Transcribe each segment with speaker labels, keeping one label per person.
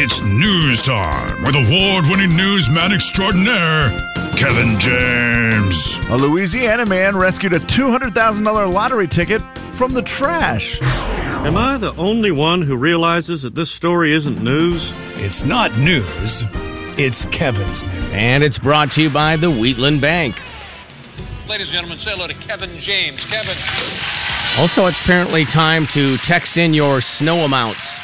Speaker 1: It's news time with award winning newsman extraordinaire, Kevin James.
Speaker 2: A Louisiana man rescued a $200,000 lottery ticket from the trash.
Speaker 3: Am I the only one who realizes that this story isn't news?
Speaker 4: It's not news, it's Kevin's news.
Speaker 5: And it's brought to you by the Wheatland Bank.
Speaker 6: Ladies and gentlemen, say hello to Kevin James. Kevin.
Speaker 5: Also, it's apparently time to text in your snow amounts.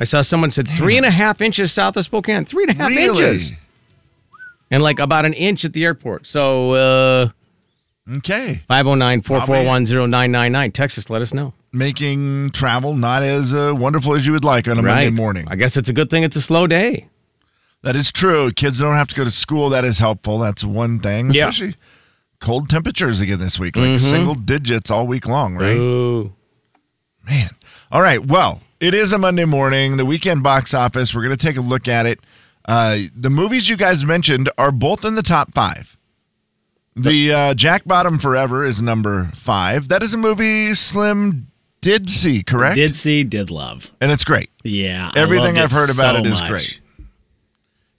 Speaker 5: I saw someone said three and a half inches south of Spokane. Three and a half
Speaker 2: Really?
Speaker 5: inches. And like about an inch at the airport. So uh
Speaker 2: Okay.
Speaker 5: 509-441-0999. Texas, let us know.
Speaker 2: Making travel not as uh, wonderful as you would like on a Monday morning.
Speaker 5: I guess it's a good thing it's a slow day.
Speaker 2: That is true. Kids don't have to go to school. That is helpful. That's one thing.
Speaker 5: Yeah. Mm-hmm.
Speaker 2: Especially cold temperatures again this week, like single digits all week long, right?
Speaker 5: Ooh.
Speaker 2: Man. All right. Well, it is a Monday morning. The weekend box office. We're going to take a look at it. Uh, the movies you guys mentioned are both in the top five. The uh, Jack Bottom Forever is number five. That is a movie Slim did see, correct?
Speaker 7: Did see, did love.
Speaker 2: And it's great.
Speaker 7: Yeah. I
Speaker 2: Everything I've
Speaker 7: loved
Speaker 2: heard about
Speaker 7: so
Speaker 2: it is
Speaker 7: much.
Speaker 2: great.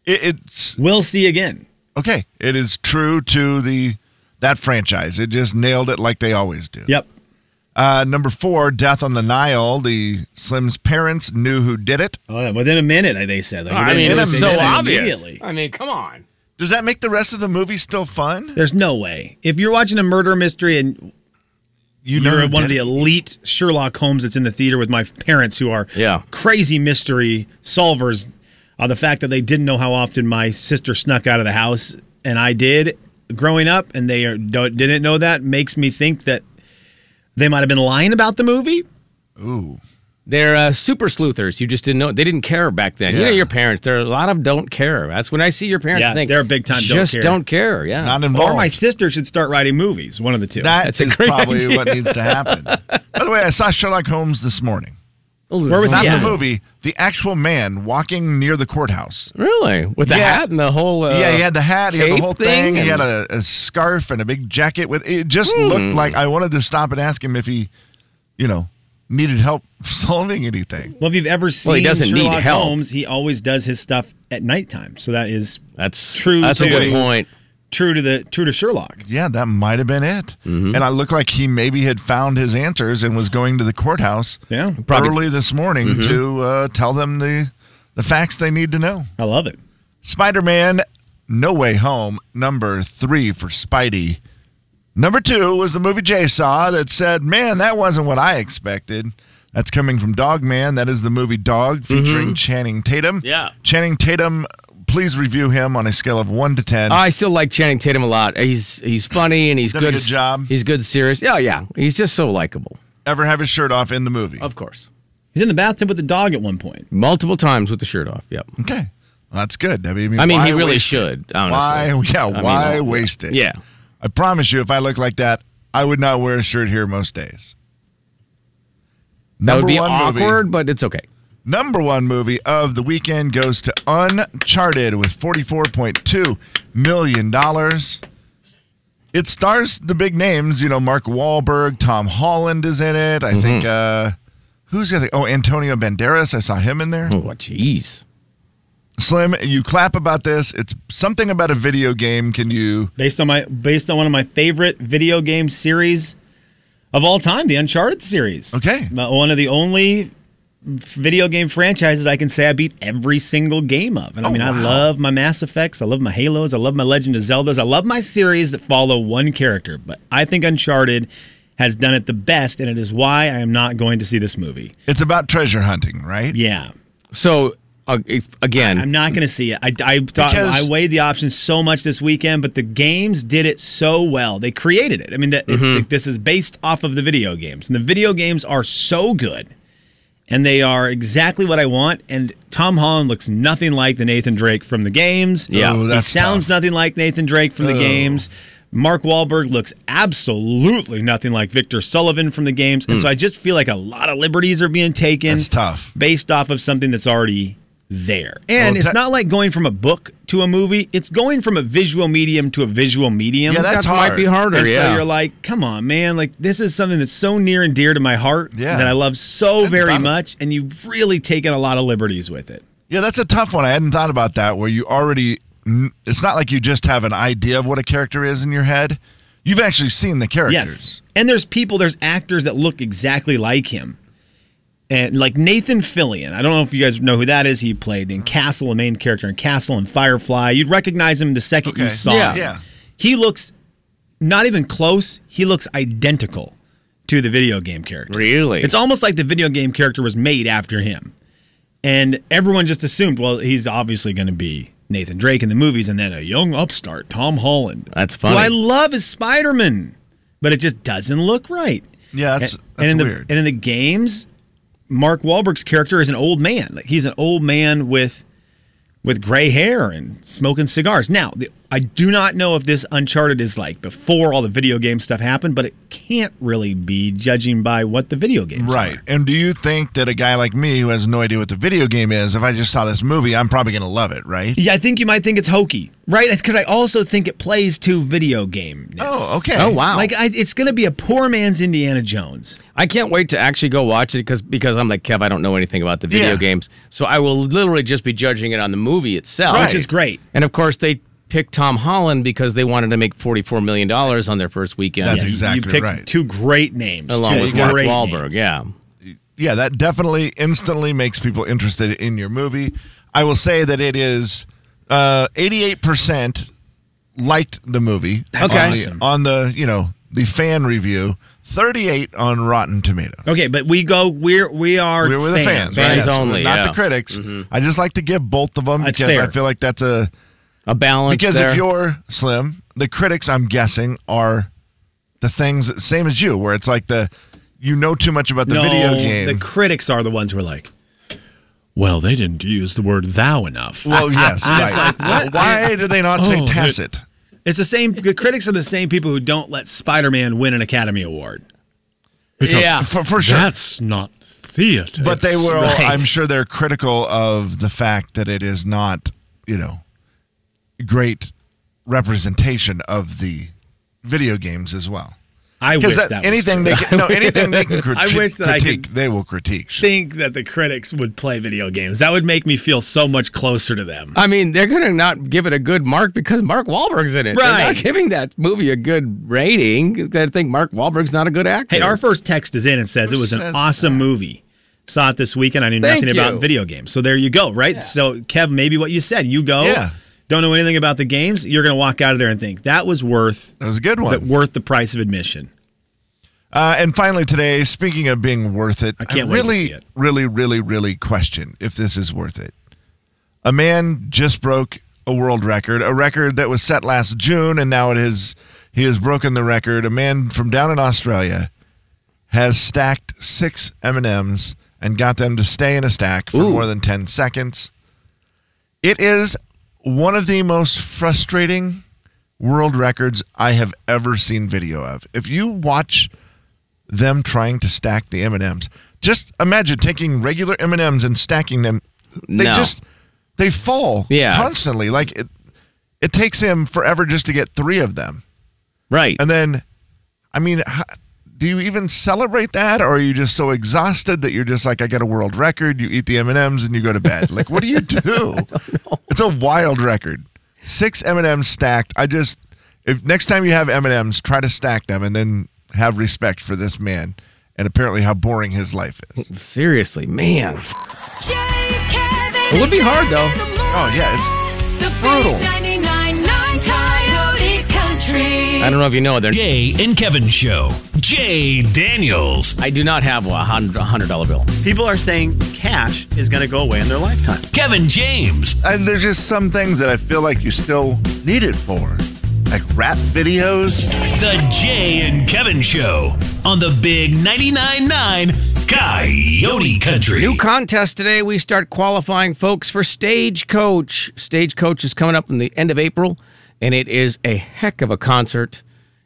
Speaker 2: It, it's
Speaker 7: We'll see again.
Speaker 2: okay. It is true to the that franchise. It just nailed it like they always do.
Speaker 7: Yep.
Speaker 2: Uh, number four, Death on the Nile. The Slim's parents knew who did it.
Speaker 7: Oh, yeah, within a minute, I- they said. Like,
Speaker 5: I
Speaker 7: within a
Speaker 5: mean, it
Speaker 7: minute,
Speaker 5: was
Speaker 7: they
Speaker 5: so
Speaker 7: just
Speaker 5: obvious.
Speaker 7: immediately.
Speaker 5: I mean, come on.
Speaker 2: Does that make the rest of the movie still fun?
Speaker 7: There's no way. If you're watching a murder mystery and
Speaker 2: You
Speaker 7: you're
Speaker 2: who
Speaker 7: one of
Speaker 2: did
Speaker 7: the
Speaker 2: it.
Speaker 7: elite Sherlock Holmes that's in the theater with my parents who are
Speaker 5: Yeah.
Speaker 7: crazy mystery solvers, uh, the fact that they didn't know how often my sister snuck out of the house and I did growing up and they are, don't, didn't know that makes me think that they might have been lying about the movie.
Speaker 2: Ooh,
Speaker 5: They're uh, super sleuthers. You just didn't know. They didn't care back then. You
Speaker 2: Yeah.
Speaker 5: know your parents. There are a lot of don't care. That's when I see your parents.
Speaker 7: Yeah,
Speaker 5: I think
Speaker 7: they're big time don't
Speaker 5: Just
Speaker 7: care.
Speaker 5: don't care. Yeah.
Speaker 2: not
Speaker 7: Or
Speaker 2: involved.
Speaker 7: my sister should start writing movies, one of the two.
Speaker 2: That's
Speaker 5: That's a great
Speaker 2: probably
Speaker 5: idea.
Speaker 2: what needs to happen. By the way, I saw Sherlock Holmes this morning.
Speaker 7: Where was
Speaker 2: Not
Speaker 7: he at?
Speaker 2: the movie, the actual man walking near the courthouse.
Speaker 5: Really? With the
Speaker 2: Yeah.
Speaker 5: hat and the whole. Uh,
Speaker 2: yeah, he had the hat, he had the
Speaker 5: cape
Speaker 2: whole thing, he had
Speaker 5: and-
Speaker 2: a, a scarf and a big jacket. With it, just
Speaker 7: Hmm.
Speaker 2: looked like I wanted to stop and ask him if he, you know, needed help solving anything.
Speaker 7: Well, if you've ever seen
Speaker 5: Well, he doesn't need
Speaker 7: Sherlock
Speaker 5: help.
Speaker 7: Holmes, he always does his stuff at nighttime. So that is
Speaker 5: That's
Speaker 7: True
Speaker 5: That's a
Speaker 7: to-
Speaker 5: good point.
Speaker 7: true to the true to Sherlock.
Speaker 2: Yeah, that might have been it. And I looked like he maybe had found his answers and was going to the courthouse.
Speaker 7: Yeah,
Speaker 5: Probably-
Speaker 2: early this morning to uh, tell them the the facts they need to know.
Speaker 7: I love it.
Speaker 2: Spider Man, No Way Home, number three for Spidey. Number two was the movie Jay saw that said, "Man, that wasn't what I expected." That's coming from Dog Man. That is the movie Dog featuring Channing Tatum.
Speaker 5: Yeah.
Speaker 2: Channing Tatum. Please review him on a scale of one to ten.
Speaker 5: I still like Channing Tatum a lot. He's he's funny and he's
Speaker 2: Uh, Done a
Speaker 5: good.
Speaker 2: good job.
Speaker 5: He's good serious. Yeah, yeah. He's just so likable.
Speaker 2: Ever have his shirt off in the movie?
Speaker 5: Of course.
Speaker 7: He's in the bathtub with the dog at one point.
Speaker 5: Multiple times with the shirt off. Yep.
Speaker 2: Okay, well, that's good. I mean,
Speaker 5: I mean, he
Speaker 2: why
Speaker 5: really
Speaker 2: waste it?
Speaker 5: should. Honestly.
Speaker 2: Why? Yeah.
Speaker 5: I mean,
Speaker 2: why
Speaker 5: uh,
Speaker 2: waste it?
Speaker 5: Yeah.
Speaker 2: I promise you, if I look like that, I would not wear a shirt here most days.
Speaker 5: That would
Speaker 2: Number
Speaker 5: be
Speaker 2: one movie-
Speaker 5: awkward, but it's okay.
Speaker 2: number one movie of the weekend goes to Uncharted with $44.2 million. It stars the big names, you know, Mark Wahlberg, Tom Holland is in it.
Speaker 5: Mm-hmm.
Speaker 2: I think, uh, who's the other? Oh, Antonio Banderas. I saw him in there.
Speaker 5: Oh, jeez.
Speaker 2: Slim, you clap about this. It's something about a video game. Can you?
Speaker 7: Based on my based on one of my favorite video game series of all time, the Uncharted series.
Speaker 2: Okay.
Speaker 7: Uh, one of the only video game franchises I can say I beat every single game of. And I
Speaker 2: Oh,
Speaker 7: mean, I
Speaker 2: wow.
Speaker 7: love my Mass Effects, I love my Halos, I love my Legend of Zeldas, I love my series that follow one character. But I think Uncharted has done it the best, and it is why I am not going to see this movie.
Speaker 2: It's about treasure hunting, right?
Speaker 7: Yeah.
Speaker 5: So uh, if, again,
Speaker 7: I'm not going to see it. I, I thought
Speaker 2: Because-
Speaker 7: I weighed the options so much this weekend, but the games did it so well. They created it. I mean, that it-
Speaker 2: Mm-hmm.
Speaker 7: this is based off of the video games, and the video games are so good, and they are exactly what I want. And Tom Holland looks nothing like the Nathan Drake from the games.
Speaker 2: Yeah. Ooh,
Speaker 7: he
Speaker 2: that's
Speaker 7: sounds
Speaker 2: tough. Oh.
Speaker 7: nothing like Nathan Drake from the games. Mark Wahlberg looks absolutely nothing like Victor Sullivan from the games,
Speaker 2: Hmm.
Speaker 7: and so I just feel like a lot of liberties are being taken
Speaker 2: That's tough.
Speaker 7: based off of something that's already there. And
Speaker 2: Well,
Speaker 7: it's
Speaker 2: te-
Speaker 7: not like going from a book to a movie, it's going from a visual medium to a visual medium.
Speaker 2: Yeah, that's
Speaker 5: that
Speaker 2: hard. uh,
Speaker 5: might be harder.
Speaker 7: and
Speaker 5: yeah.
Speaker 7: so you're like, come on, man! Like this is something that's so near and dear to my heart
Speaker 2: Yeah.
Speaker 7: that I love so
Speaker 2: That's
Speaker 7: very
Speaker 2: valid.
Speaker 7: much, and you've really taken a lot of liberties with it.
Speaker 2: Yeah, that's a tough one. I hadn't thought about that. Where you already, kn- it's not like you just have an idea of what a character is in your head. You've actually seen the characters.
Speaker 7: Yes. And there's people, there's actors that look exactly like him. And like Nathan Fillion. I don't know if you guys know who that is. He played in Castle, a main character in Castle and Firefly. You'd recognize him the second you
Speaker 2: Okay.
Speaker 7: saw
Speaker 5: Yeah.
Speaker 7: him.
Speaker 2: Yeah.
Speaker 7: He looks not even close, he looks identical to the video game character.
Speaker 5: Really?
Speaker 7: It's almost like the video game character was made after him. And everyone just assumed, well, he's obviously going to be Nathan Drake in the movies and then a young upstart, Tom Holland.
Speaker 5: That's
Speaker 7: Who I
Speaker 5: funny.
Speaker 7: love is Spider Man, but it just doesn't look right.
Speaker 2: Yeah, that's,
Speaker 7: and,
Speaker 2: that's
Speaker 7: and in
Speaker 2: weird.
Speaker 7: The, and in the games, Mark Wahlberg's character is an old man. Like he's an old man with with gray hair and smoking cigars. Now, the, I do not know if this Uncharted is like before all the video game stuff happened, but it can't really be judging by what the video games
Speaker 2: Right.
Speaker 7: are.
Speaker 2: And do you think that a guy like me who has no idea what the video game is, if I just saw this movie, I'm probably going to love it, right?
Speaker 7: Yeah, I think you might think it's hokey, right? Because I also think it plays to video game.
Speaker 2: Oh, okay.
Speaker 5: Oh, wow.
Speaker 7: Like I, it's going to be a poor man's Indiana Jones.
Speaker 5: I can't wait to actually go watch it because because I'm like Kev, I don't know anything about the video
Speaker 2: Yeah.
Speaker 5: games, so I will literally just be judging it on the movie itself,
Speaker 2: Right.
Speaker 7: which is great.
Speaker 5: And of course, they picked Tom Holland because they wanted to make forty four million dollars on their first weekend,
Speaker 2: That's
Speaker 7: You-
Speaker 2: exactly
Speaker 7: you picked
Speaker 2: right.
Speaker 7: Two great names,
Speaker 5: along
Speaker 7: two
Speaker 5: with Mark
Speaker 7: great
Speaker 5: Wahlberg.
Speaker 7: names.
Speaker 5: Yeah,
Speaker 2: yeah, that definitely instantly makes people interested in your movie. I will say that it is uh, 88% liked the movie
Speaker 7: That's
Speaker 2: on,
Speaker 7: awesome.
Speaker 2: the, on the, you know, the fan review, 38 on Rotten Tomatoes.
Speaker 7: Okay, but we go. We're we are
Speaker 2: We're with
Speaker 7: fans.
Speaker 2: the fans, right?
Speaker 5: Fans
Speaker 2: Yes,
Speaker 5: only,
Speaker 2: not the
Speaker 5: yeah.
Speaker 2: critics. I just like to give both of them
Speaker 7: That's
Speaker 2: because I
Speaker 7: fair.
Speaker 2: feel like that's a
Speaker 5: a balance
Speaker 2: because
Speaker 5: there.
Speaker 2: if you're slim, the critics, I'm guessing, are the things that, same as you, where it's like the you know too much about the
Speaker 7: no,
Speaker 2: video game.
Speaker 7: The critics are the ones who are like, well, they didn't use the word thou enough.
Speaker 2: well, yes, right. Well, why do they not say
Speaker 7: Oh,
Speaker 2: tacit?
Speaker 7: It's the same. The critics are the same people who don't let Spider Man win an Academy Award. ah,
Speaker 5: yeah,
Speaker 2: for, for sure.
Speaker 4: That's not theater.
Speaker 2: but they
Speaker 4: It's-
Speaker 2: will.
Speaker 7: right.
Speaker 2: I'm sure they're critical of the fact that it is not, you know, great representation of the video games as well.
Speaker 7: I wish
Speaker 2: Because
Speaker 7: that, was
Speaker 2: anything
Speaker 7: true.
Speaker 2: they can, no anything they can critique,
Speaker 7: wish that I could-
Speaker 2: critique, they will critique.
Speaker 7: think that the critics would play video games. That would make me feel so much closer to them.
Speaker 5: I mean they're gonna not give it a good mark because Mark Wahlberg's in it. They're not
Speaker 7: Right.
Speaker 5: giving that movie a good rating. They think Mark Wahlberg's not a good actor.
Speaker 7: Hey, our first text is in and says
Speaker 2: Who
Speaker 7: it was
Speaker 2: says
Speaker 7: an awesome movie. Saw it this weekend. I knew
Speaker 5: Thank
Speaker 7: nothing
Speaker 5: you.
Speaker 7: about video games. So there you go, right? So, Kev, maybe what you said, you go,
Speaker 2: Yeah.
Speaker 7: don't know anything about the games, you're going to walk out of there and think, that was worth
Speaker 2: That was a good one.
Speaker 7: that worth the price of admission.
Speaker 2: Uh, and finally, today, speaking of being worth it, I
Speaker 7: can't wait to
Speaker 2: really,
Speaker 7: see it.
Speaker 2: really, really, really question if this is worth it. A man just broke a world record, a record that was set last June, and now it is he has broken the record. A man from down in Australia has stacked six M and M's and got them to stay in a stack for
Speaker 5: Ooh.
Speaker 2: more than ten seconds. It is one of the most frustrating world records I have ever seen video of. If you watch them trying to stack the M&Ms, just imagine taking regular M&Ms and stacking them. They
Speaker 5: No.
Speaker 2: just they fall
Speaker 5: Yeah.
Speaker 2: constantly. Like it, it takes him forever just to get 3 of them.
Speaker 5: right?
Speaker 2: And then I mean, how, do you even celebrate that or are you just so exhausted that you're just like I got a world record, you eat the M&Ms and you go to bed? like what do you do? It's a wild record. 6 M&Ms stacked. I just if next time you have M&Ms, try to stack them and then have respect for this man and apparently how boring his life is.
Speaker 5: Seriously, man.
Speaker 8: Jay, Kevin,
Speaker 5: It would be hard, though.
Speaker 8: Oh
Speaker 2: yeah, it's brutal.
Speaker 8: Coyote Country.
Speaker 5: I don't know if you know they're.
Speaker 4: Jay and Kevin Show. Jay Daniels.
Speaker 5: I do not have a hundred hundred dollar bill.
Speaker 7: People are saying cash is going to go away in their lifetime.
Speaker 4: Kevin James.
Speaker 2: And there's just some things that I feel like you still need it for. Like rap videos.
Speaker 4: The Jay and Kevin Show on the Big 99.9 9 Coyote Country.
Speaker 5: New contest today. We start qualifying folks for Stagecoach. Stagecoach is coming up in the end of April, and it is a heck of a concert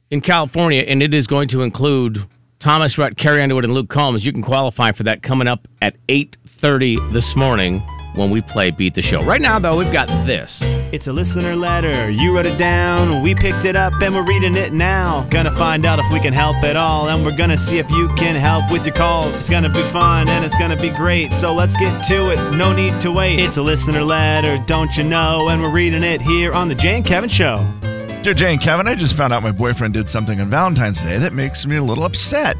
Speaker 5: in California, and it is going to include Thomas Rhett, Carrie Underwood, and Luke Combs. You can qualify for that coming up at 8.30 this morning. when we play Beat the Show. Right now, though, we've got this.
Speaker 9: It's a listener letter. You wrote it down. We picked it up and we're reading it now. Gonna find out if we can help at all. And we're gonna see if you can help with your calls. It's gonna be fun and it's gonna be great. So let's get to it. No need to wait. It's a listener letter, don't you know? And we're reading it here on The Jane Kevin Show.
Speaker 2: Dear Jane Kevin, I just found out my boyfriend did something on Valentine's Day that makes me a little upset.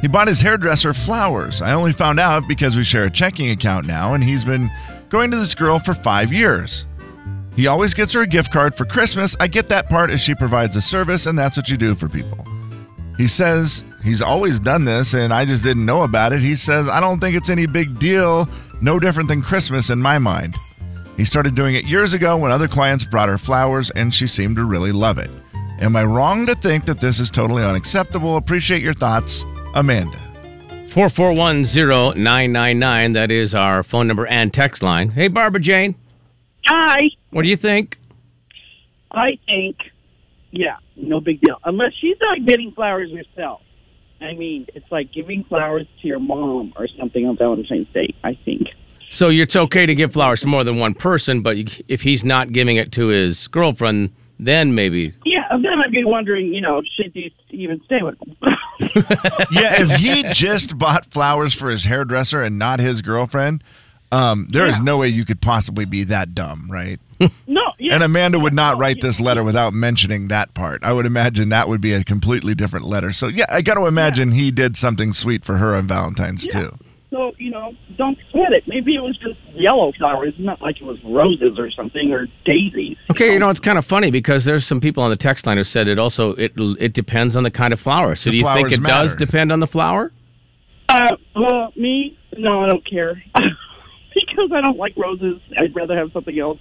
Speaker 2: He bought his hairdresser flowers. I only found out because we share a checking account now, and he's been going to this girl for five years. He always gets her a gift card for Christmas. I get that part as she provides a service, and that's what you do for people. He says he's always done this, and I just didn't know about it. He says, I don't think it's any big deal, no different than Christmas in my mind. He started doing it years ago when other clients brought her flowers and she seemed to really love it. Am I wrong to think that this is totally unacceptable? Appreciate your thoughts, Amanda.
Speaker 5: 4410999. That is our phone number and text line. Hey, Barbara Jane,
Speaker 10: Hi.
Speaker 5: what do you think?
Speaker 10: I think, yeah, no big deal. Unless she's not getting flowers herself. I mean, it's like giving flowers to your mom or something on Valentine's Day, I think.
Speaker 5: So it's okay to give flowers to more than one person, but you- if he's not giving it to his girlfriend, then maybe.
Speaker 10: Yeah, and then I'd be wondering, you know, should you even stay with him?
Speaker 2: Yeah, if he just bought flowers for his hairdresser and not his girlfriend, um, there is no way you could possibly be that dumb, right?
Speaker 10: no, yeah.
Speaker 2: And uh, Amanda would not write this letter without mentioning that part. I would imagine that would be a completely different letter. So, yeah, I got to imagine he did something sweet for her on Valentine's,
Speaker 10: Yeah.
Speaker 2: too.
Speaker 10: So, you know, don't sweat it. Maybe it was just yellow flowers, not like it was roses or something or daisies.
Speaker 5: Okay, you know it's kind of funny because there's some people on the text line who said it also it it depends on the kind of flower. So
Speaker 2: The
Speaker 5: do you think
Speaker 2: flowers
Speaker 5: it does
Speaker 2: matter.
Speaker 5: depend on the flower?
Speaker 10: Uh, well, me, no, I don't care. because I don't like roses. I'd rather have something else.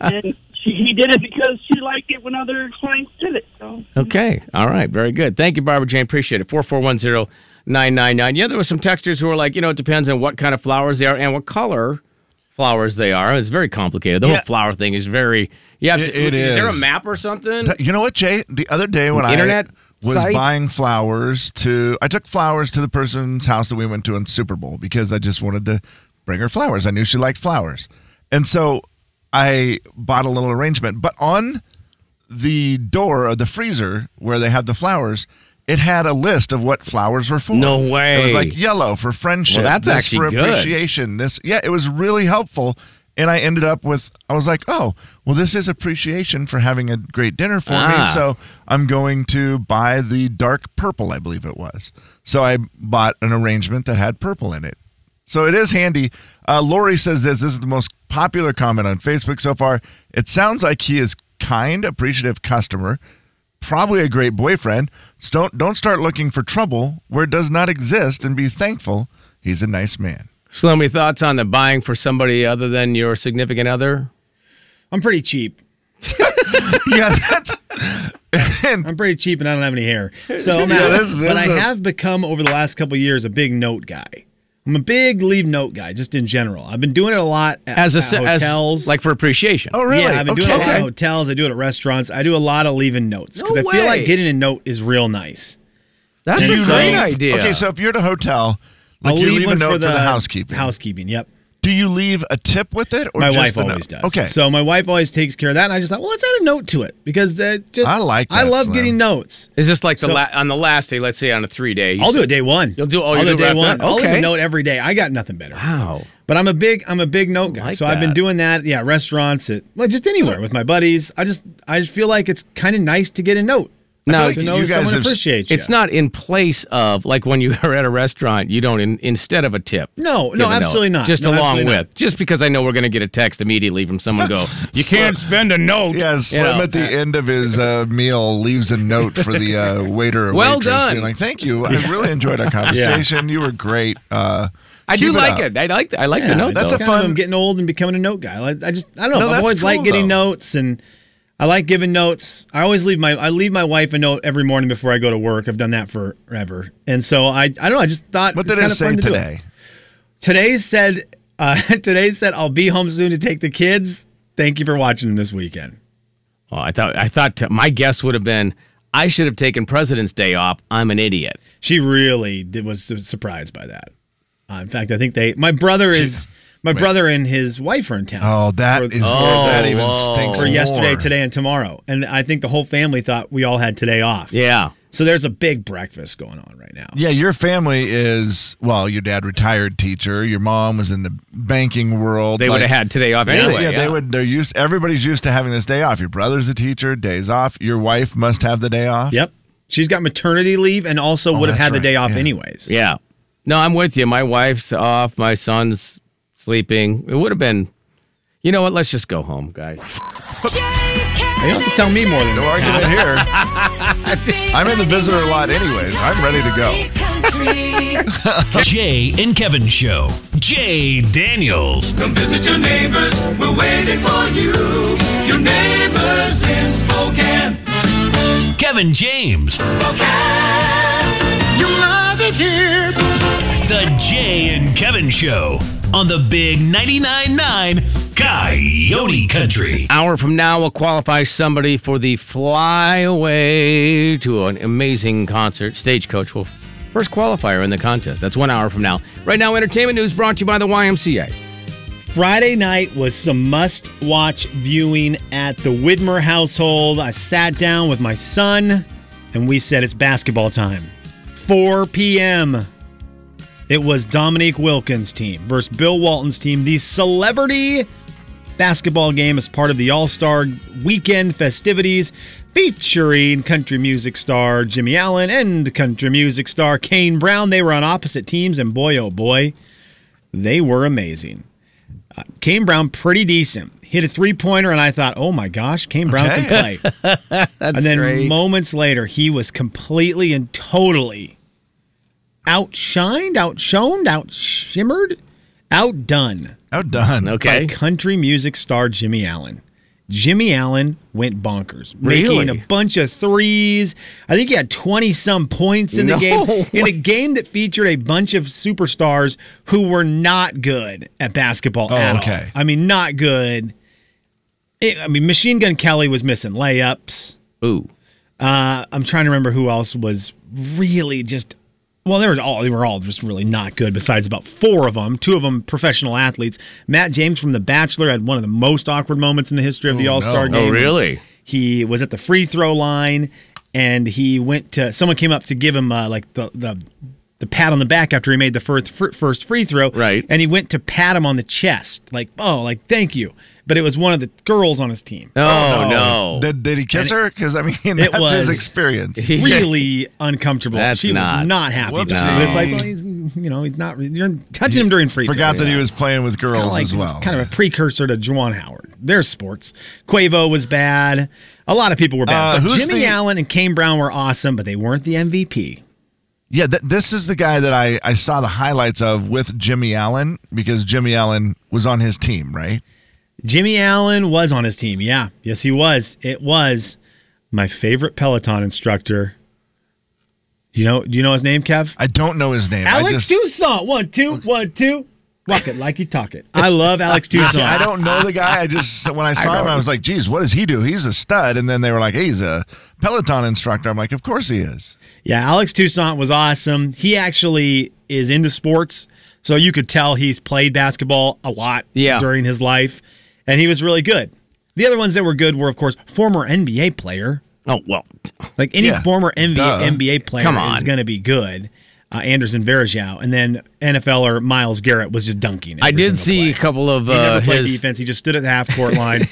Speaker 10: and she, he did it because she liked it when other clients did it. So
Speaker 5: Okay. All right. Very good. Thank you, Barbara Jane. Appreciate it. 4410999. Yeah, there were some texters who were like, you know, it depends on what kind of flowers they are and what color flowers they are. It's very complicated. The
Speaker 2: Yeah.
Speaker 5: whole flower thing is very. You have
Speaker 2: It-
Speaker 5: to,
Speaker 2: it
Speaker 5: is there a
Speaker 2: is.
Speaker 5: map or something?
Speaker 2: Th- You know what, Jay? The other day when
Speaker 5: Internet
Speaker 2: I was
Speaker 5: site?
Speaker 2: buying flowers to, I took flowers to the person's house that we went to on Super Bowl because I just wanted to bring her flowers. I knew she liked flowers, and so I bought a little arrangement. But on the door of the freezer where they have the flowers, it had a list of what flowers were for.
Speaker 5: No
Speaker 2: It was
Speaker 5: way.
Speaker 2: like yellow for friendship.
Speaker 5: Well, that's
Speaker 2: this
Speaker 5: actually
Speaker 2: for
Speaker 5: good.
Speaker 2: appreciation. This, yeah, it was really helpful. And I ended up with, I was like, oh, well, this is appreciation for having a great dinner for
Speaker 5: Ah.
Speaker 2: me. So I'm going to buy the dark purple, I believe it was. So I bought an arrangement that had purple in it. So it is handy. Uh, Lori says this. This is the most popular comment on Facebook so far. It sounds like he is kind, appreciative customer, probably a great boyfriend. So don't don't start looking for trouble where it does not exist, and be thankful he's a nice man.
Speaker 5: Slimy thoughts on the buying for somebody other than your significant other?
Speaker 7: I'm pretty cheap.
Speaker 2: Yeah, that's
Speaker 7: I'm pretty cheap, and I don't have any hair. So I'm out.
Speaker 2: this- this
Speaker 7: but I
Speaker 2: is a-
Speaker 7: have become over the last couple of years a big note guy. I'm a big leave note guy, just in general. I've been doing it a lot at,
Speaker 5: As a
Speaker 7: at
Speaker 5: as-
Speaker 7: hotels,
Speaker 5: like for appreciation.
Speaker 2: oh really?
Speaker 7: Yeah, I've been
Speaker 2: okay.
Speaker 7: doing it a lot at hotels. I do it at restaurants. I do a lot of leaving notes because
Speaker 5: No
Speaker 7: I feel
Speaker 5: way.
Speaker 7: like getting a note is real nice.
Speaker 5: That's
Speaker 7: And
Speaker 5: a
Speaker 7: so-
Speaker 5: great idea.
Speaker 2: Okay, so if you're at a hotel, like you leave a
Speaker 7: one
Speaker 2: note for the, housekeeping.
Speaker 7: Housekeeping, yep.
Speaker 2: Do you leave a tip with it, or
Speaker 7: my
Speaker 2: just
Speaker 7: wife
Speaker 2: the note?
Speaker 7: always does.
Speaker 2: Okay,
Speaker 7: So my wife always takes care of that. And I just thought, well, let's add a note to it because uh, just
Speaker 2: I like
Speaker 7: I
Speaker 2: that,
Speaker 7: love
Speaker 2: Slim.
Speaker 7: getting notes.
Speaker 5: Is this like the
Speaker 7: So-
Speaker 5: la- on the last day? Let's say on a three day.
Speaker 7: I'll do it day one.
Speaker 5: You'll do- oh,
Speaker 7: I'll
Speaker 5: you'll
Speaker 7: do it
Speaker 5: do it
Speaker 7: day
Speaker 5: right
Speaker 7: one.
Speaker 5: then?
Speaker 7: I'll leave
Speaker 5: Okay.
Speaker 7: a note every day. I got nothing better.
Speaker 5: Wow.
Speaker 7: But I'm a big I'm a big note guy.
Speaker 5: like
Speaker 7: so I've been
Speaker 5: that.
Speaker 7: doing that. Yeah, restaurants, at well, just anywhere with my buddies. I just I just feel like it's kind of nice to get a note.
Speaker 5: Now,
Speaker 7: I feel like to
Speaker 5: you
Speaker 7: know
Speaker 2: guys
Speaker 7: someone
Speaker 2: have s-
Speaker 7: appreciates you.
Speaker 5: It's not in place of like when you are at a restaurant, you don't in, instead of a tip.
Speaker 7: No,
Speaker 5: give
Speaker 7: no,
Speaker 5: a note.
Speaker 7: absolutely not.
Speaker 5: Just
Speaker 7: No,
Speaker 5: along with,
Speaker 7: absolutely not.
Speaker 5: just because I know we're going to get a text immediately from someone go, you can't spend a note.
Speaker 2: Yeah,
Speaker 5: you
Speaker 2: Slim
Speaker 5: know.
Speaker 2: at the end of his uh, meal leaves a note for the uh, waiter. Or
Speaker 5: Well
Speaker 2: waitress,
Speaker 5: done.
Speaker 2: Being like, thank you. I really enjoyed our conversation. You were great. Uh,
Speaker 5: I do
Speaker 2: keep
Speaker 5: like
Speaker 2: up."
Speaker 5: it. I like I like
Speaker 7: Yeah,
Speaker 5: the note.
Speaker 2: that's
Speaker 5: though.
Speaker 2: a
Speaker 7: kind of
Speaker 2: fun-
Speaker 7: am getting old and becoming a note guy. I, I just I
Speaker 2: No,
Speaker 7: don't know. I've
Speaker 2: that's
Speaker 7: always liked
Speaker 2: cool,
Speaker 7: getting
Speaker 2: though.
Speaker 7: notes and I like giving notes. I always leave my I leave my wife a note every morning before I go to work. I've done that forever. And so I I don't know, I just thought
Speaker 2: What
Speaker 7: it's
Speaker 2: did it
Speaker 7: kind of
Speaker 2: say
Speaker 7: fun to do
Speaker 2: today?
Speaker 7: Today said uh today said I'll be home soon to take the kids. Thank you for watching this weekend.
Speaker 5: Oh, I thought I thought t- my guess would have been I should have taken President's Day off. I'm an idiot.
Speaker 7: She really did, was su- surprised by that. Uh, in fact, I think they my brother is My brother and his wife are in town.
Speaker 2: Oh, that is- Oh, that even
Speaker 7: whoa.
Speaker 2: stinks
Speaker 7: For yesterday,
Speaker 2: more.
Speaker 7: today, and tomorrow, and I think the whole family thought we all had today off.
Speaker 5: Yeah.
Speaker 7: So there's a big breakfast going on right now.
Speaker 2: Yeah, your family is well. Your dad retired teacher. Your mom was in the banking world.
Speaker 5: They would've had today off
Speaker 2: Yeah,
Speaker 5: anyway,
Speaker 2: Yeah,
Speaker 5: yeah.
Speaker 2: they would. They're used. Everybody's used to having this day off. Your brother's a teacher. Days off. Your wife must have the day off.
Speaker 7: Yep. She's got maternity leave and also would have had the day off anyways.
Speaker 5: Oh, Yeah. No, I'm with you. My wife's off. My son's sleeping. It would have been, you know what? Let's just go home, guys.
Speaker 7: You don't have to tell me more than
Speaker 2: No argument here. I'm in the visitor lot anyways. I'm ready to go.
Speaker 4: Jay and Kevin Show. Jay Daniels.
Speaker 11: Come visit your neighbors. We're waiting for you. Your neighbors in Spokane.
Speaker 4: Kevin James.
Speaker 11: You love it here.
Speaker 4: The Jay and Kevin Show on the Big 99.9 9 Coyote Country.
Speaker 5: Hour from now will qualify somebody for the flyaway to an amazing concert. Stagecoach will first qualifier in the contest. That's one hour from now. Right now, entertainment news brought to you by the YMCA.
Speaker 7: Friday night was some must watch viewing at the Widmer household. I sat down with my son and we said it's basketball time. 4 p.m. It was Dominique Wilkins' team versus Bill Walton's team, the celebrity basketball game as part of the All Star weekend festivities featuring country music star Jimmy Allen and country music star Kane Brown. They were on opposite teams, and boy, oh boy, they were amazing. Uh, Kane Brown, pretty decent. Hit a three pointer, and I thought, oh my gosh, Kane Brown
Speaker 5: Okay.
Speaker 7: can play and then
Speaker 5: great.
Speaker 7: moments later, he was completely and totally outshined, outshone, outshimmered, outdone.
Speaker 2: Outdone.
Speaker 5: Okay.
Speaker 7: By country music star Jimmy Allen. Jimmy Allen went bonkers,
Speaker 5: Really?
Speaker 7: making a bunch of threes. I think he had 20 some points in the
Speaker 5: No
Speaker 7: game. In a game that featured a bunch of superstars who were not good at basketball
Speaker 2: Oh,
Speaker 7: at all.
Speaker 2: okay.
Speaker 7: I mean, not good. It- I mean, Machine Gun Kelly was missing layups.
Speaker 5: Ooh.
Speaker 7: Uh, I'm trying to remember who else was really just. Well, they were all they were all just really not good. Besides about four of them, two of them professional athletes. Matt James from The Bachelor had one of the most awkward moments in the history of the All Star
Speaker 5: no. Oh,
Speaker 7: Game.
Speaker 5: really?
Speaker 7: He was at the free throw line, and he went to someone came up to give him uh, like the the the pat on the back after he made the first fir- first free throw. Right. And he went to pat him on the chest, like oh, like thank you. But it was one of the girls on his team.
Speaker 5: Oh, no.
Speaker 2: Did, did he kiss her? Because I mean,
Speaker 7: It
Speaker 2: that's
Speaker 7: was-
Speaker 2: his experience.
Speaker 7: really uncomfortable.
Speaker 5: That's
Speaker 7: she
Speaker 5: not-
Speaker 7: was not happy. to
Speaker 2: Whoopsie.
Speaker 7: see it. It's like, well, he's, you know, he's not. You're touching him during free.
Speaker 2: Forgot
Speaker 7: throws.
Speaker 2: that he was playing with
Speaker 7: Kinda
Speaker 2: girls
Speaker 7: like-
Speaker 2: as
Speaker 7: it's
Speaker 2: well.
Speaker 7: Kind of a precursor to Juwan Howard. There's sports. Quavo was bad. A lot of people were bad.
Speaker 2: Uh,
Speaker 7: But
Speaker 2: who's
Speaker 7: Jimmy
Speaker 2: the-
Speaker 7: Allen and Kane Brown were awesome, but they weren't the MVP.
Speaker 2: Yeah, th- this is the guy that I, I saw the highlights of with Jimmy Allen because Jimmy Allen was on his team, right?
Speaker 7: Jimmy Allen was on his team. Yeah, yes, he was. It was my favorite Peloton instructor. Do you know? Do you know his name, Kev?
Speaker 2: I don't know his name. I
Speaker 7: Alex
Speaker 2: just,
Speaker 7: Toussaint. One, two, one, two. Walk it like you talk it. I love Alex Toussaint.
Speaker 2: I don't know the guy. I just when I saw him, I was like, "Geez, what does he do? He's a stud." And then they were like, hey, "He's a Peloton instructor." I'm like, "Of course he is."
Speaker 7: Yeah, Alex Toussaint was awesome. He actually is into sports, so you could tell he's played basketball a lot
Speaker 5: Yeah.
Speaker 7: during his life, and he was really good. The other ones that were good were, of course, former NBA player.
Speaker 5: Oh, well.
Speaker 7: Like any
Speaker 2: Yeah,
Speaker 7: former NBA,
Speaker 2: duh.
Speaker 7: NBA player
Speaker 5: Come on.
Speaker 7: is going to be good. Uh, Anderson Varejao, and then NFLer er Miles Garrett was just dunking.
Speaker 5: I
Speaker 7: every
Speaker 5: did
Speaker 7: single
Speaker 5: see
Speaker 7: play.
Speaker 5: a couple of
Speaker 7: He never
Speaker 5: uh,
Speaker 7: played
Speaker 5: his.
Speaker 7: defense. He just stood at the half court line,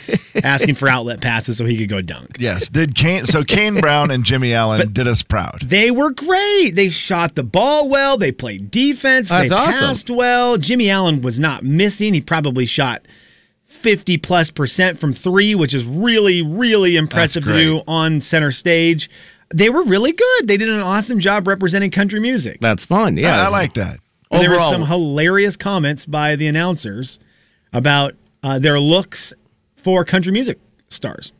Speaker 7: asking for outlet passes so he could go dunk.
Speaker 2: Yes. Did Kane? So Kane Brown and Jimmy Allen did us proud.
Speaker 7: They were great. They shot the ball well. They played defense.
Speaker 5: That's
Speaker 7: they
Speaker 5: awesome.
Speaker 7: passed well. Jimmy Allen was not missing. He probably shot 50 plus percent from three, which is really, really impressive to
Speaker 2: great.
Speaker 7: do on center stage. They were really good. They did an awesome job representing country music.
Speaker 5: That's fun. Yeah.
Speaker 2: I, I like that.
Speaker 7: And there were
Speaker 5: Overall-
Speaker 7: some hilarious comments by the announcers about uh, their looks for country music stars.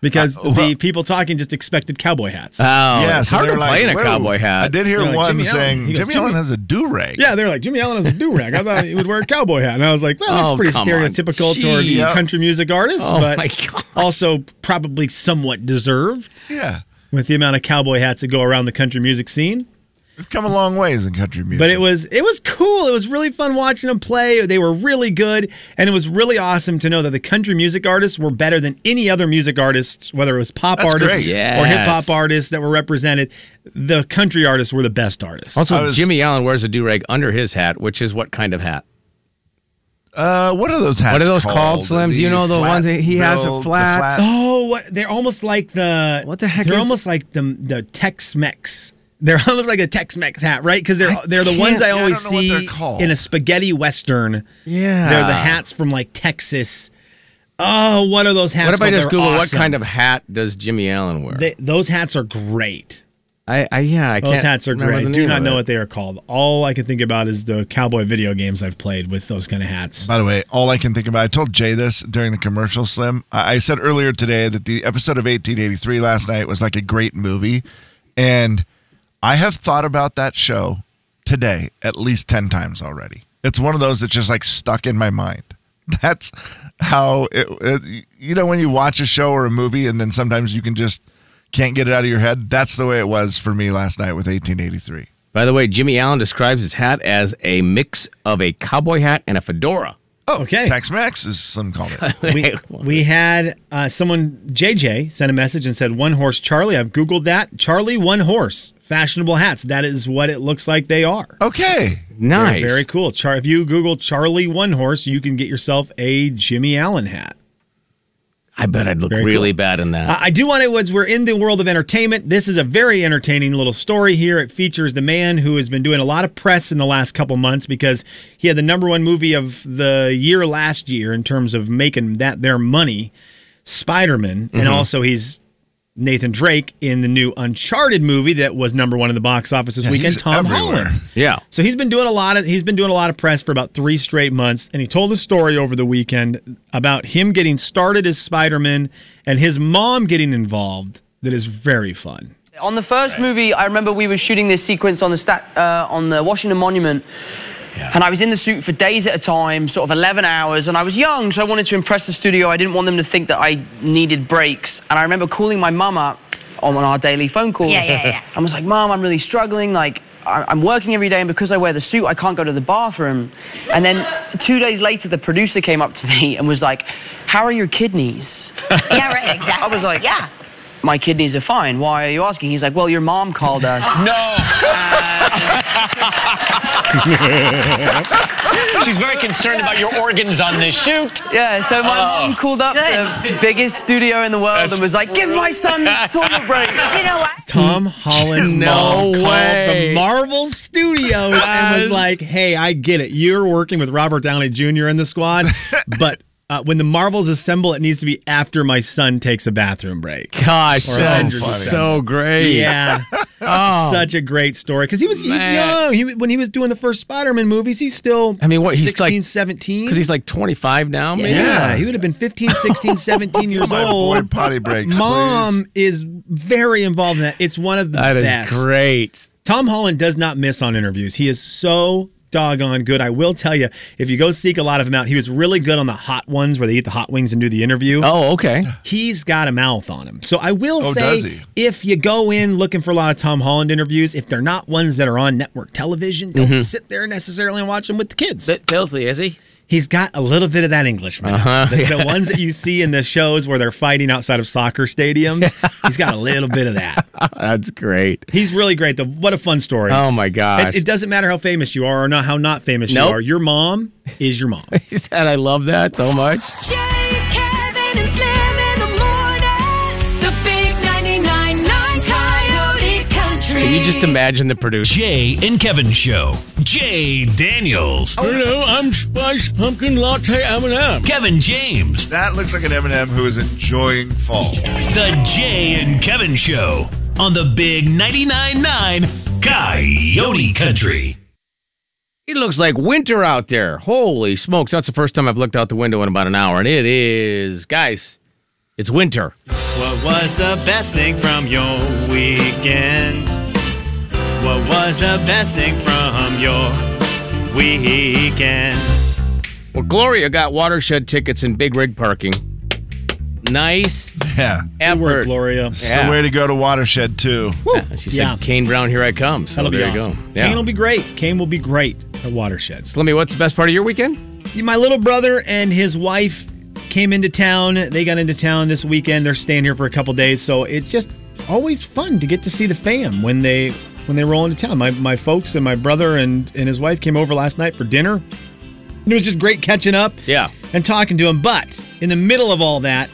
Speaker 7: Because
Speaker 5: Uh,
Speaker 7: the people talking just expected cowboy hats.
Speaker 5: Oh,
Speaker 2: yeah.
Speaker 5: it's
Speaker 2: so
Speaker 5: hard
Speaker 2: they
Speaker 5: to
Speaker 2: were
Speaker 5: play in
Speaker 2: like,
Speaker 5: a
Speaker 2: "Whoa."
Speaker 5: cowboy hat.
Speaker 2: I did hear
Speaker 7: They're like,
Speaker 2: one
Speaker 7: "Jimmy Allen."
Speaker 2: saying
Speaker 7: He goes,
Speaker 2: Jimmy,
Speaker 7: "Jimmy-
Speaker 2: Allen has a do rag.
Speaker 7: Yeah, they're like Jimmy Allen has a do rag. I thought he would wear a cowboy hat, and I was like, well, that's
Speaker 5: Oh,
Speaker 7: pretty
Speaker 5: come on.
Speaker 7: stereotypical
Speaker 5: Jeez.
Speaker 7: towards
Speaker 2: Yep.
Speaker 7: country music artists,
Speaker 5: Oh, my
Speaker 7: but
Speaker 5: God.
Speaker 7: also probably somewhat deserved
Speaker 2: Yeah.
Speaker 7: with the amount of cowboy hats that go around the country music scene.
Speaker 2: We've come a long ways in country music.
Speaker 7: But it was it was cool. It was really fun watching them play. They were really good, and it was really awesome to know that the country music artists were better than any other music artists, whether it was pop
Speaker 2: That's
Speaker 7: artists
Speaker 2: great.
Speaker 7: or
Speaker 2: Yes.
Speaker 7: hip hop artists that were represented. The country artists were the best artists.
Speaker 5: Also, Jimmy Allen wears a do rag under his hat, which is what kind of hat?
Speaker 2: Uh, what are those hats?
Speaker 5: What are those called, Slim? Do you know the
Speaker 2: flat
Speaker 5: ones that he has a
Speaker 2: bill, the
Speaker 5: flat-
Speaker 7: Oh, what, they're almost like the what the heck? They're
Speaker 5: is-
Speaker 7: almost like the the Tex-Mex. They're almost like a Tex-Mex hat, right? Because they're they're the ones
Speaker 2: can't-
Speaker 7: I
Speaker 2: yeah, I
Speaker 7: always
Speaker 2: don't know what they're
Speaker 7: see
Speaker 2: called.
Speaker 7: in a spaghetti western.
Speaker 5: Yeah,
Speaker 7: they're the hats from like Texas. Oh, what are those hats?
Speaker 5: What if I
Speaker 7: called?
Speaker 5: just
Speaker 7: They're
Speaker 5: Google what
Speaker 7: awesome.
Speaker 5: kind of hat does Jimmy Allen wear?
Speaker 7: They, those hats are great.
Speaker 5: I, I yeah, I
Speaker 7: those
Speaker 5: can't
Speaker 7: hats are
Speaker 5: remember
Speaker 7: great.
Speaker 5: the
Speaker 7: I do
Speaker 5: name
Speaker 7: not
Speaker 5: of
Speaker 7: know
Speaker 5: it.
Speaker 7: what they are called. All I can think about is the cowboy video games I've played with those kind of hats.
Speaker 2: By the way, all I can think about, I told Jay this during the commercial, Slim. I, I said earlier today that the episode of 1883 last night was like a great movie. And I have thought about that show today at least 10 times already. It's one of those that's just like stuck in my mind. That's how it, it- you know, when you watch a show or a movie and then sometimes you can just can't get it out of your head. That's the way it was for me last night with 1883.
Speaker 5: By the way, Jimmy Allen describes his hat as a mix of a cowboy hat and a fedora.
Speaker 2: Oh,
Speaker 7: okay.
Speaker 2: Tex Mex, as Slim called it.
Speaker 7: we, we had uh, someone JJ sent a message and said one horse Charlie. I've googled that Charlie one horse fashionable hats. That is what it looks like they are.
Speaker 2: Okay.
Speaker 7: They're
Speaker 5: Nice.
Speaker 7: very cool. Char- if you Google Charlie one horse, you can get yourself a Jimmy Allen hat.
Speaker 5: I bet I'd look
Speaker 7: Very
Speaker 5: really
Speaker 7: cool.
Speaker 5: bad in that.
Speaker 7: Uh, I do want to, as we're in the world of entertainment, this is a very entertaining little story here. It features the man who has been doing a lot of press in the last couple months because he had the number one movie of the year last year in terms of making that their money, Spider Man. And
Speaker 2: Mm-hmm.
Speaker 5: Mhm.
Speaker 7: also, he's Nathan Drake in the new Uncharted movie that was number one in the box office this
Speaker 2: Yeah,
Speaker 7: weekend,
Speaker 2: he's
Speaker 7: Tom
Speaker 2: everywhere.
Speaker 7: Holland.
Speaker 5: yeah.
Speaker 7: So he's been doing a lot of he's been doing a lot of press for about three straight months, and he told a story over the weekend about him getting started as Spider-Man and his mom getting involved. That is very fun.
Speaker 12: On the first movie, I remember we were shooting this sequence on the stat, uh, on the Washington Monument, and I was in the suit for days at a time, sort of 11 hours, and I was young, so I wanted to impress the studio. I didn't want them to think that I needed breaks, and I remember calling my mum up on our daily phone calls.
Speaker 13: Yeah, yeah, yeah.
Speaker 12: I was like, "Mom, I'm really struggling. Like, I- I'm working every day, and because I wear the suit, I can't go to the bathroom." And then two days later, the producer came up to me and was like, "How are your kidneys?"
Speaker 13: yeah, right, exactly. I was like, yeah.
Speaker 12: my kidneys are fine. Why are you asking? He's like, well, your mom called us.
Speaker 13: No.
Speaker 12: She's very concerned about your organs on this shoot. Yeah, so my mom called up the biggest studio in the world and was like, give my son toilet breaks.
Speaker 13: You know what?
Speaker 7: Tom Holland's
Speaker 5: Hmm. No
Speaker 7: mom called
Speaker 5: way.
Speaker 7: the Marvel Studios and was like, "Hey, I get it. You're working with Robert Downey Jr. in the squad, but." Uh, when the Marvels assemble, it needs to be after my son takes a bathroom break.
Speaker 5: Gosh,
Speaker 7: Or
Speaker 5: that's
Speaker 7: under-
Speaker 5: so great.
Speaker 7: Yeah.
Speaker 5: Oh.
Speaker 7: Such a great story because he was he's
Speaker 5: Man.
Speaker 7: young. He, when he was doing the first Spider-Man movies, he's still
Speaker 5: I mean, what he's
Speaker 7: 16,
Speaker 5: like
Speaker 7: 17?
Speaker 5: because he's like 25 now.
Speaker 7: yeah,
Speaker 5: Maybe?
Speaker 7: he would have been 15, 16, 17 years
Speaker 2: My boy
Speaker 7: old.
Speaker 2: potty breaks.
Speaker 7: Mom is very involved in that. It's one of the
Speaker 5: That is
Speaker 7: best.
Speaker 5: great.
Speaker 7: Tom Holland does not miss on interviews. He is so doggone good. I will tell you, if you go seek a lot of him out, he was really good on the hot ones where they eat the hot wings and do the interview.
Speaker 5: Oh, okay.
Speaker 7: He's got a mouth on him. So I will
Speaker 2: Oh, does
Speaker 7: say,
Speaker 2: he?
Speaker 7: if you go in looking for a lot of Tom Holland interviews, if they're not ones that are on network television, don't
Speaker 5: Mhm.
Speaker 7: sit there necessarily and watch them with the kids.
Speaker 5: Bit filthy, is he?
Speaker 7: He's got a little bit of that Englishman.
Speaker 5: Uh-huh,
Speaker 7: The, the
Speaker 5: yeah.
Speaker 7: ones that you see in the shows where they're fighting outside of soccer stadiums, he's got a little bit of that.
Speaker 5: That's great.
Speaker 7: He's really great. though. what a fun story.
Speaker 5: Oh my gosh.
Speaker 7: It, it doesn't matter how famous you are or not how not famous
Speaker 5: Nope.
Speaker 7: you are. Your mom is your mom.
Speaker 5: and I love that so much.
Speaker 8: Jay, Kevin, and Slim in the morning. The big 99.9 Coyote Country.
Speaker 5: Can you just imagine the producer?
Speaker 4: Jay and Kevin Show. Jay Daniels.
Speaker 14: Hello, I'm Spice Pumpkin Latte M&M.
Speaker 4: Kevin James.
Speaker 2: That looks like an Eminem who is enjoying fall.
Speaker 4: The Jay and Kevin Show on the Big 99.9 9 Coyote Country.
Speaker 5: It looks like winter out there. Holy smokes. That's the first time I've looked out the window in about an hour. And it is, guys, it's winter.
Speaker 9: What was the best thing from your weekend? What was the best thing from your weekend?
Speaker 5: Well, Gloria got watershed tickets and big rig parking. Nice.
Speaker 2: Yeah.
Speaker 5: Effort.
Speaker 7: Gloria.
Speaker 2: It's the way to go to Watershed, too.
Speaker 5: She said, Kane Brown, here I come. So
Speaker 7: That'll
Speaker 5: there you
Speaker 7: be awesome.
Speaker 5: go. Yeah.
Speaker 7: Kane will be great. Kane will be great at Watershed.
Speaker 5: Slimmy, what's the best part of your weekend?
Speaker 7: My little brother and his wife came into town. They got into town this weekend. They're staying here for a couple days, so it's just always fun to get to see the fam when they when they roll into town. My my folks and my brother and and his wife came over last night for dinner. And it was just great catching up.
Speaker 5: Yeah.
Speaker 7: And talking to him, but in the middle of all that,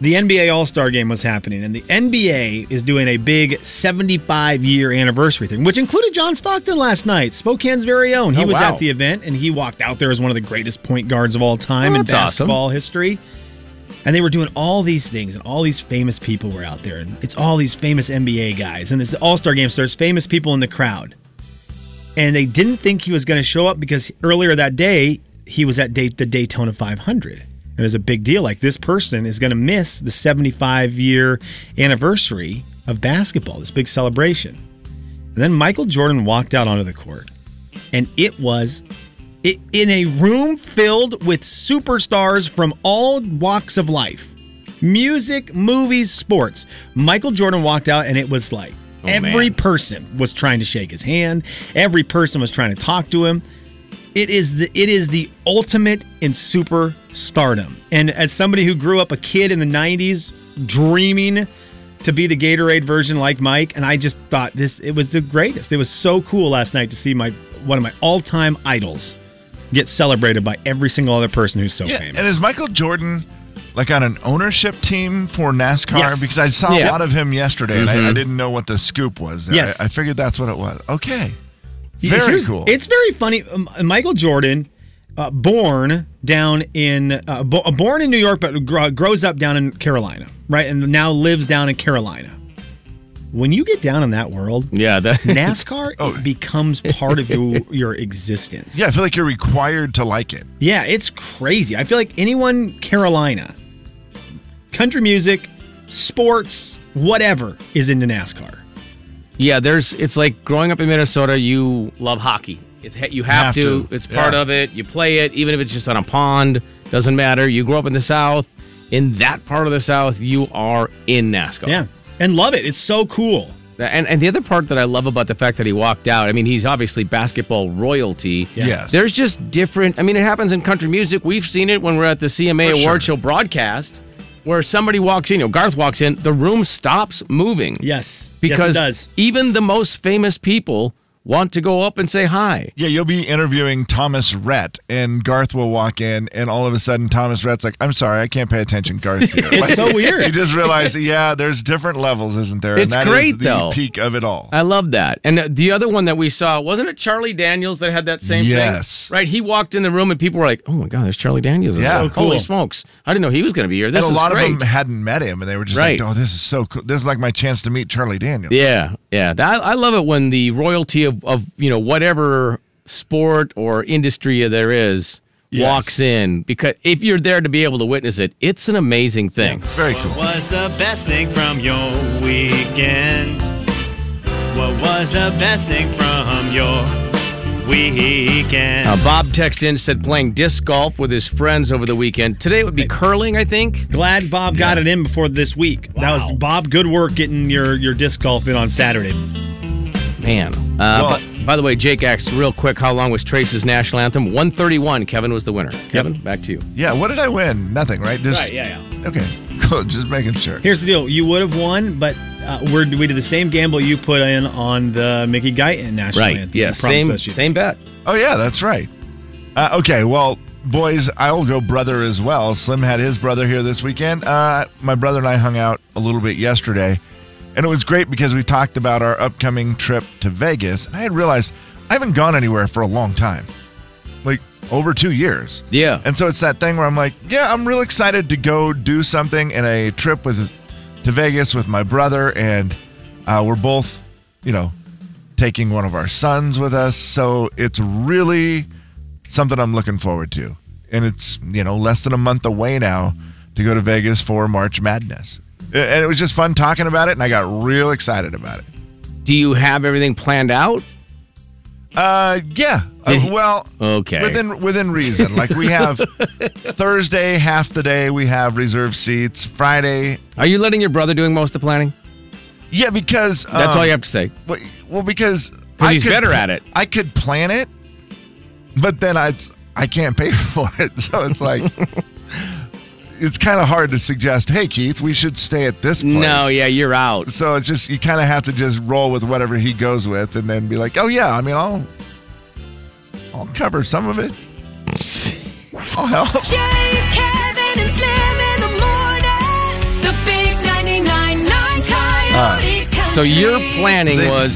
Speaker 7: the NBA All Star game was happening, and the NBA is doing a big 75 year anniversary thing, which included John Stockton last night, Spokane's very own. He
Speaker 5: Oh,
Speaker 7: was
Speaker 5: wow.
Speaker 7: at the event, and he walked out there as one of the greatest point guards of all time
Speaker 5: Oh,
Speaker 7: in
Speaker 5: that's awesome.
Speaker 7: basketball history. And they were doing all these things, and all these famous people were out there, and it's all these famous NBA guys, and this All Star game, so there's famous people in the crowd. And they didn't think he was going to show up because earlier that day, he was at date the Daytona 500. And it was a big deal. Like, this person is going to miss the 75 year anniversary of basketball, this big celebration. And then Michael Jordan walked out onto the court, and it was i- in a room filled with superstars from all walks of life music, movies, sports. Michael Jordan walked out, and it was like
Speaker 5: Oh,
Speaker 7: every
Speaker 5: man.
Speaker 7: person was trying to shake his hand, every person was trying to talk to him. It is the it is the ultimate in super stardom. And as somebody who grew up a kid in the 90s dreaming to be the Gatorade version like Mike, and I just thought this it was the greatest. It was so cool last night to see my one of my all-time idols get celebrated by every single other person who's so
Speaker 2: Yeah,
Speaker 7: famous.
Speaker 2: and is Michael Jordan like on an ownership team for NASCAR?
Speaker 7: Yes.
Speaker 2: Because I saw
Speaker 7: Yeah.
Speaker 2: a lot of him yesterday, and I,
Speaker 7: Mhm.
Speaker 2: I didn't know what the scoop was. I-
Speaker 7: Yes.
Speaker 2: I, figured that's what it was. Okay,
Speaker 7: Yeah,
Speaker 2: very
Speaker 7: here's-
Speaker 2: cool.
Speaker 7: It's very funny. Um, Michael Jordan, uh, born down in uh, bo- uh, born in New York, but gr- uh, grows up down in Carolina, right? And now lives down in Carolina. When you get down in that world,
Speaker 5: yeah, that-
Speaker 7: NASCAR
Speaker 2: Oh.
Speaker 7: it becomes part of your your existence.
Speaker 2: yeah, I feel like you're required to like it.
Speaker 7: Yeah, it's crazy. I feel like anyone Carolina, country music, sports, whatever is into NASCAR.
Speaker 5: Yeah, there's. It's like growing up in Minnesota. You love hockey. It's, ha- you have,
Speaker 7: Have
Speaker 5: to.
Speaker 7: to,
Speaker 5: It's part
Speaker 7: yeah.
Speaker 5: of it. You play it, even if it's just on a pond. Doesn't matter. You grow up in the South. In that part of the South, you are in NASCAR.
Speaker 7: Yeah, and love it. It's so cool.
Speaker 5: And and the other part that I love about the fact that he walked out. I mean, he's obviously basketball royalty.
Speaker 7: Yeah. Yes.
Speaker 5: There's just different. I mean, it happens in country music. We've seen it when we're at the CMA
Speaker 7: For
Speaker 5: Award
Speaker 7: sure.
Speaker 5: Show broadcast, where somebody walks in. You know, Garth walks in. The room stops moving.
Speaker 7: Yes,
Speaker 5: because
Speaker 7: yes, it does.
Speaker 5: even the most famous people want to go up and say hi.
Speaker 2: Yeah, you'll be interviewing Thomas Rhett, and Garth will walk in, and all of a sudden, Thomas Rhett's like, "I'm sorry, I can't pay attention, Garth." Here.
Speaker 5: It's
Speaker 2: Like,
Speaker 5: so weird.
Speaker 2: You just realize, yeah, there's different levels, isn't there?
Speaker 5: It's
Speaker 2: and that is
Speaker 5: great,
Speaker 2: the
Speaker 5: though. Uh,
Speaker 2: Peak of it all.
Speaker 5: I love that. And the- the other one that we saw wasn't it Charlie Daniels that had that same thing?
Speaker 2: Yes.
Speaker 5: Right. He walked in the room and people were like, "Oh my God, there's Charlie Daniels."
Speaker 2: Yeah.
Speaker 5: Holy
Speaker 2: So cool.
Speaker 5: smokes! I didn't know he was going to be here. This
Speaker 2: and a
Speaker 5: is
Speaker 2: lot
Speaker 5: great.
Speaker 2: of them hadn't met him, and they were just
Speaker 5: Right.
Speaker 2: like, "Oh, this is so cool. This is like my chance to meet Charlie Daniels."
Speaker 5: Yeah, yeah. That, I love it when the royalty of, of you know whatever sport or industry there is walks in because if you're there to be able to witness it, it's an amazing thing.
Speaker 2: Very cool.
Speaker 9: What was the best thing from your weekend? What was the best thing from your weekend?
Speaker 5: Uh, Bob texted in said playing disc golf with his friends over the weekend. Today it would be curling, I think.
Speaker 7: Glad Bob got it in before this week. That was Bob. Good work getting your your disc golf in on Saturday.
Speaker 5: Man. Uh, but, by the way, Jake asks real quick, how long was Trace's national anthem? 131. Kevin was the winner. Kevin, back to you.
Speaker 2: Yeah, what did I win? Nothing, right? Just,
Speaker 7: Right, yeah,
Speaker 2: yeah. Okay, cool. Just making sure.
Speaker 7: Here's the deal: you would have won, but uh, we're, we did the same gamble you put in on the Mickey Guyton national
Speaker 5: Right,
Speaker 7: anthem.
Speaker 5: yeah,
Speaker 7: I promise
Speaker 5: same-
Speaker 7: us you-
Speaker 5: same bet.
Speaker 2: Oh, yeah, that's right. Uh, okay, well, boys, I'll go brother as well. Slim had his brother here this weekend. Uh, my brother and I hung out a little bit yesterday, and it was great because we talked about our upcoming trip to Vegas, and I had realized I haven't gone anywhere for a long time like over two years.
Speaker 5: Yeah.
Speaker 2: And so it's that thing where I'm like, yeah, I'm real excited to go do something in a trip with to Vegas with my brother, and uh, we're both, you know, taking one of our sons with us. So it's really something I'm looking forward to, and it's you know less than a month away now to go to Vegas for March Madness, and it was just fun talking about it, and I got real excited about it.
Speaker 5: Do you have everything planned out?
Speaker 2: Uh, yeah. Uh, well,
Speaker 5: okay.
Speaker 2: Within within reason. Like we have Thursday half the day. We have reserved seats. Friday.
Speaker 5: Are you letting your brother doing most of the planning?
Speaker 2: Yeah, because um,
Speaker 5: That's all you have to say.
Speaker 2: Well, well, because
Speaker 5: 'Cause
Speaker 2: I
Speaker 5: he's
Speaker 2: could-
Speaker 5: better at it.
Speaker 2: I could plan it, but then I I can't pay for it. So it's like. It's kind of hard to suggest, hey Keith, we should stay at this place.
Speaker 5: No, yeah, you're out.
Speaker 2: So it's just you kind of have to just roll with whatever he goes with, and then be like, oh yeah, I mean, I'll I'll cover some of it. I'll help.
Speaker 4: Jay, Kevin, and Slim in the morning. The big 99.9 Coyote
Speaker 5: So
Speaker 4: Country.
Speaker 5: your planning was